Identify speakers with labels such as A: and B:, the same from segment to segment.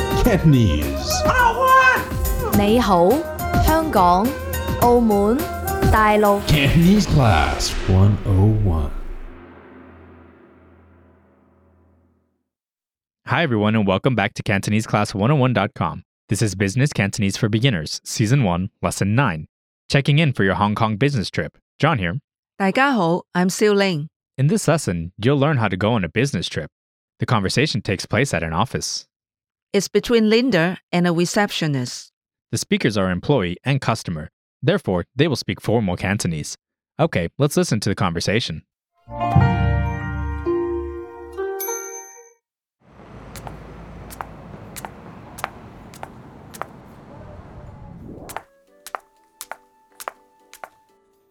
A: Cantonese.
B: 你好，香港、澳門、大陸。
A: Cantonese Class 101.
C: Hi, everyone, and welcome back to CantoneseClass101.com. This is Business Cantonese for Beginners, Season 1, Lesson 9. Checking in for your Hong Kong business trip. John here.
D: 大家好，I'm Xiu Ling。
C: In this lesson, you'll learn how to go on a business trip. The conversation takes place at an office.
D: It's between Linda and a receptionist.
C: The speakers are employee and customer, therefore, they will speak formal Cantonese. Okay, let's listen to the conversation.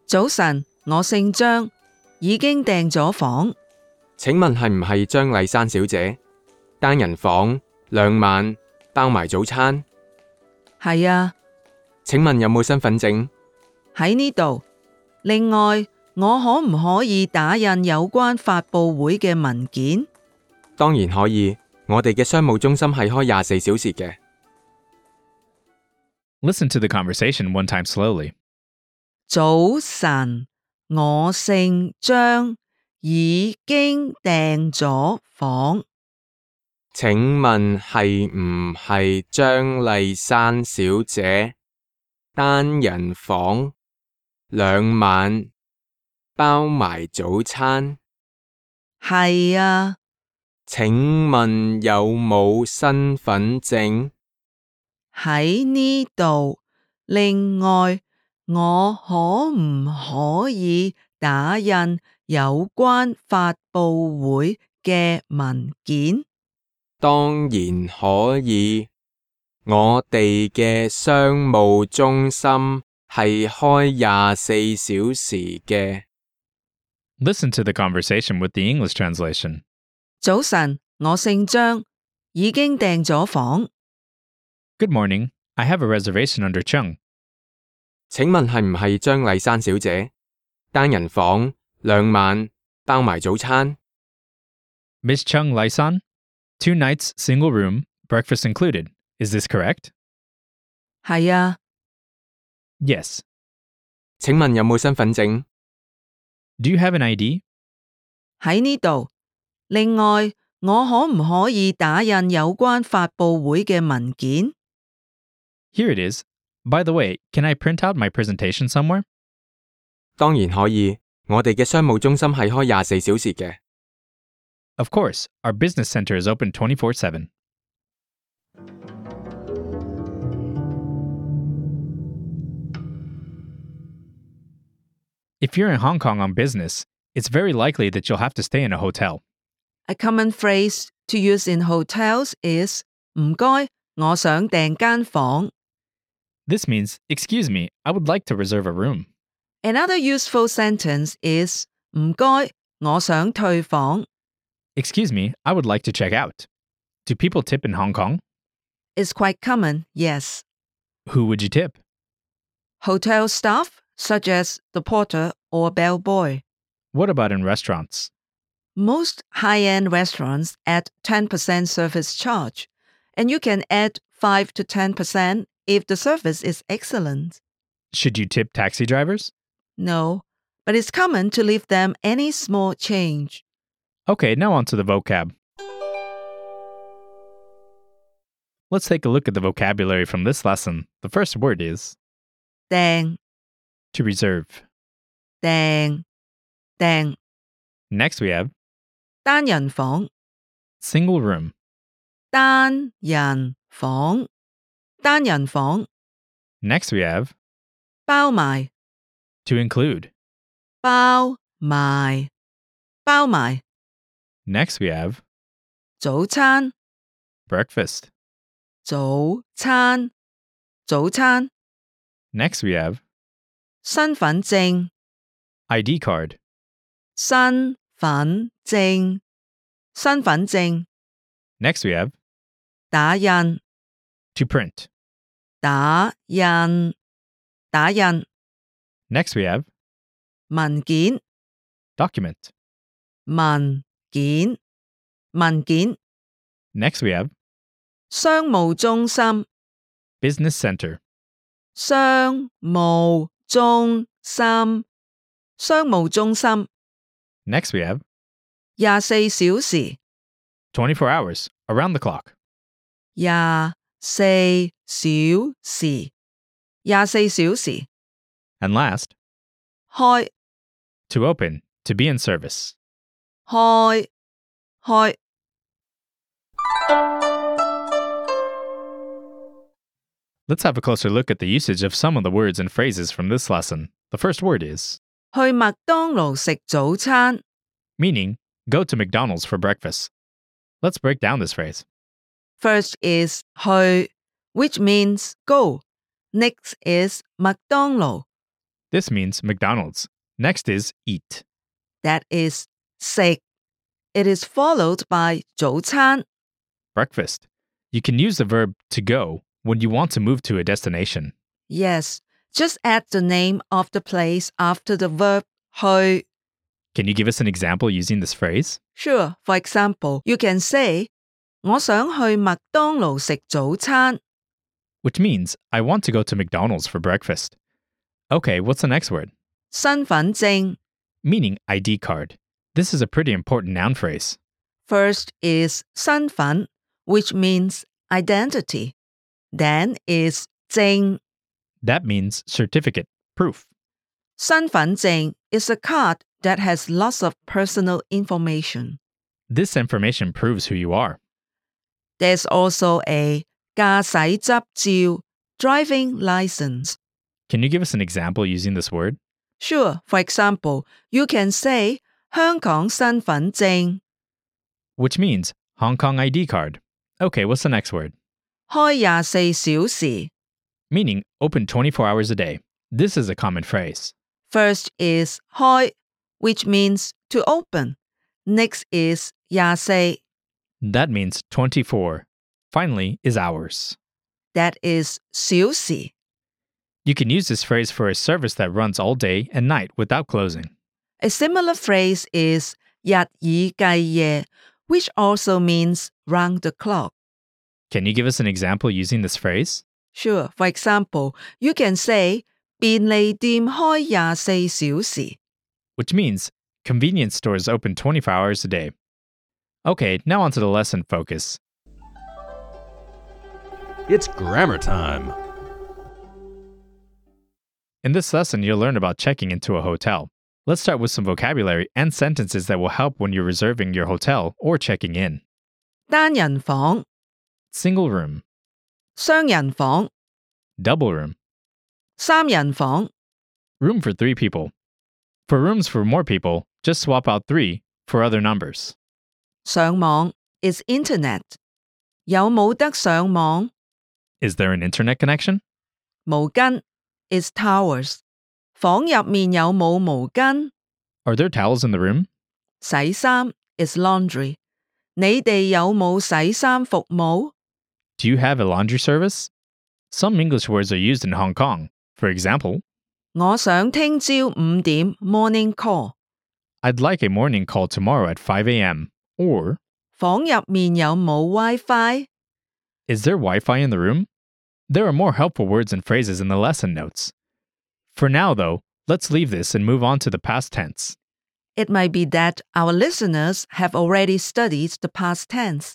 D: 早晨，我姓張，已經訂咗房。
E: 請問係唔係張麗珊小姐？單人房兩晚，包埋早餐。
D: 係啊，
E: 請問有冇身份證？
D: 喺呢度。另外，我可唔可以打印有關發佈會嘅文件？
E: 當然可以。我哋嘅商務中心係開廿四小時嘅。
C: Listen to the conversation one time slowly.
D: 早晨，我姓張，已經訂咗房。
E: 請問係唔係張麗珊小姐？單人房兩晚，包埋早餐。
D: 係啊，
E: 請問有冇身份證？
D: 喺呢度。另外，我可唔可以打印有關發佈會嘅文件？
E: 當然可以。我哋嘅商務中心係開廿四小時嘅。
C: Listen to the conversation with the English translation.
D: 早晨，我姓張，已經訂咗房。
C: Good morning. I have a reservation under Chung.
E: 請問係唔係張麗珊小姐？單人房兩晚，包埋早餐。
C: Miss Chung Lai San? Two nights, single room, breakfast included. Is this correct?
D: 係啊，
C: Yes.
E: 請問有冇身份證？
C: Do you have an ID?
D: 喺呢度。另外，我可唔可以打印有關發佈會嘅文件？
C: Here it is. By the way, can I print out my presentation somewhere?
E: 當然可以。我哋嘅商務中心係開廿四小時嘅。
C: Of course, our business center is open 24 7. If you're in Hong Kong on business, it's very likely that you'll have to stay in a hotel.
D: A common phrase to use in hotels is 唔該，我想訂間房。
C: This means, excuse me, I would like to reserve a room.
D: Another useful sentence is 唔該，我想退房。
C: Excuse me, I would like to check out. Do people tip in Hong Kong?
D: It's quite common, yes.
C: Who would you tip?
D: Hotel staff, such as the porter or bellboy.
C: What about in restaurants?
D: Most high end restaurants add 10% service charge, and you can add 5 to 10% if the service is excellent.
C: Should you tip taxi drivers?
D: No, but it's common to leave them any small change.
C: Okay, now on to the vocab. Let's take a look at the vocabulary from this lesson. The first word is
D: Dang,
C: to reserve.
D: dang, dang.
C: Next, we have
D: 單人房，
C: single room.
D: 單人房，單人房，
C: Next, we have
D: 包埋，
C: to include.
D: 包埋，包埋，
C: Next, we have
D: 早餐，
C: breakfast.
D: 早餐，早餐，
C: Next, we have
D: 身份證，
C: ID card.
D: 身份證，身份證，
C: Next, we have
D: 打印，
C: to print.
D: 打印，打印，
C: Next, we have
D: 文件，
C: document.
D: 文件，文件，
C: Next, we have
D: 商務中心，
C: business center,
D: 商務中心，商務中心
C: Next, we have
D: 廿四小時，
C: 24 hours, around the clock,
D: 廿四小時，廿四小時
C: and last,
D: 開
C: to open, to be in service.
D: 開開。
C: Let's have a closer look at the usage of some of the words and phrases from this lesson. The first word is
D: 去麥當勞食早餐，
C: meaning go to McDonald's for breakfast. Let's break down this phrase.
D: First is 去，which means go. Next is 麥當勞
C: This means McDonald's. Next is eat.
D: ，that is 食。It is followed by 早餐。
C: breakfast. You can use the verb to go when you want to move to a destination.
D: Yes, just add the name of the place after the verb 去.
C: Can you give us an example using this phrase?
D: Sure, for example, you can say 我想去麥當勞食早餐。
C: Which means, I want to go to McDonald's for breakfast. Okay, what's the next word?
D: 身份證
C: Meaning ID card. This is a pretty important noun phrase.
D: First is 身份，which means identity. Then is 證。
C: That means certificate, proof.
D: 身份證 is a card that has lots of personal information.
C: This information proves who you are.
D: There's also a 駕駛執照 driving license.
C: Can you give us an example using this word?
D: Sure, for example, you can say 香港身份證
C: Which means Hong Kong ID card. Okay, what's the next word?
D: 開廿四小時。
C: Meaning open 24 hours a day. This is a common phrase.
D: First is 開 which means to open. Next is 廿四
C: That means 24. Finally, is hours.
D: that is 小時。
C: You can use this phrase for a service that runs all day and night without closing.
D: A similar phrase is 日以繼夜 which also means round the clock.
C: Can you give us an example using this phrase?
D: Sure, for example, you can say 便利店開廿四小時。
C: Which means convenience stores open 24 hours a day. Okay, now onto the lesson focus.
A: It's grammar time.
C: In this lesson, you'll learn about checking into a hotel. Let's start with some vocabulary and sentences that will help when you're reserving your hotel or checking in.
D: 單人房、
C: Single room,
D: 雙人房、
C: double room,
D: 三人房、
C: room for three people. For rooms for more people, just swap out three for other numbers.
D: 上網 is internet。有冇得上網？
C: Is there an internet connection?
D: 毛巾 is towers。房入面有冇毛巾？
C: Are there towels in the room?
D: 洗衫 is laundry。你哋有冇洗衫服務？
C: Do you have a laundry service? Some English words are used in Hong Kong. For example,
D: 我想聽朝五點 morning call。
C: I'd like a morning call tomorrow at 5 a.m. Or,
D: 房入面有冇 WiFi？
C: is there Wi Fi in the room? There are more helpful words and phrases in the lesson notes. For now, though, let's leave this and move on to the past tense.
D: It might be that our listeners have already studied the past tense,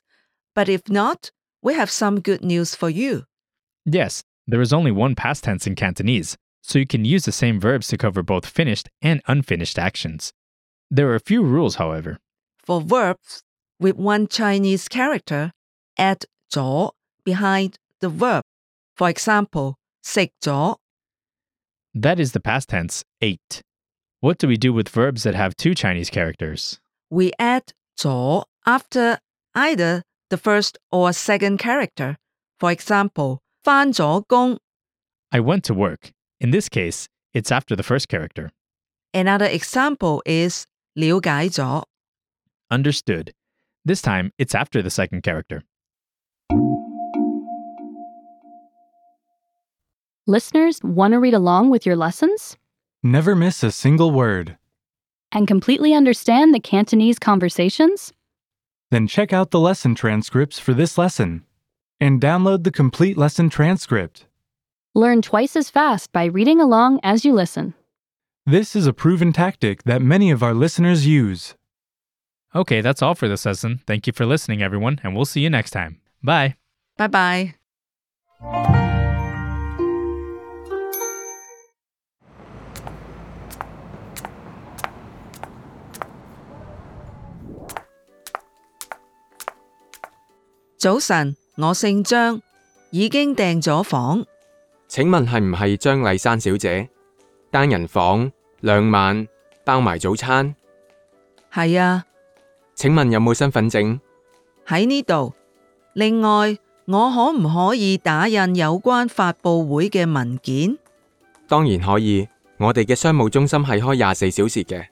D: but if not, we have some good news for you.
C: Yes, there is only one past tense in Cantonese, so you can use the same verbs to cover both finished and unfinished actions. There are a few rules, however.
D: For verbs with one Chinese character, add 咗 behind the verb. For example, 食咗
C: That is the past tense, ate. What do we do with verbs that have two Chinese characters?
D: we add 咗 after either the first or second character. For example, 返咗工
C: I went to work. In this case, it's after the first character.
D: Another example is 了解咗。
C: Understood. This time, it's after the second character.
F: Listeners, want to read along with your lessons
G: Never miss a single word.
F: and completely understand the Cantonese conversations?
G: Then check out the lesson transcripts for this lesson. and download the complete lesson transcript.
F: Learn twice as fast by reading along as you listen.
G: This is a proven tactic that many of our listeners use.
C: Okay, that's all for this lesson. Thank you for listening, everyone, and we'll see you next time. Bye.
D: 拜拜。早晨，我姓張，已經訂咗房，
E: 請問係唔係張麗珊小姐？單人房兩晚，包埋早餐。
D: 係啊，
E: 請問有冇身份證？
D: 喺呢度。另外，我可唔可以打印有關發佈會嘅文件？
E: 當然可以，我哋嘅商務中心係開廿四小時嘅。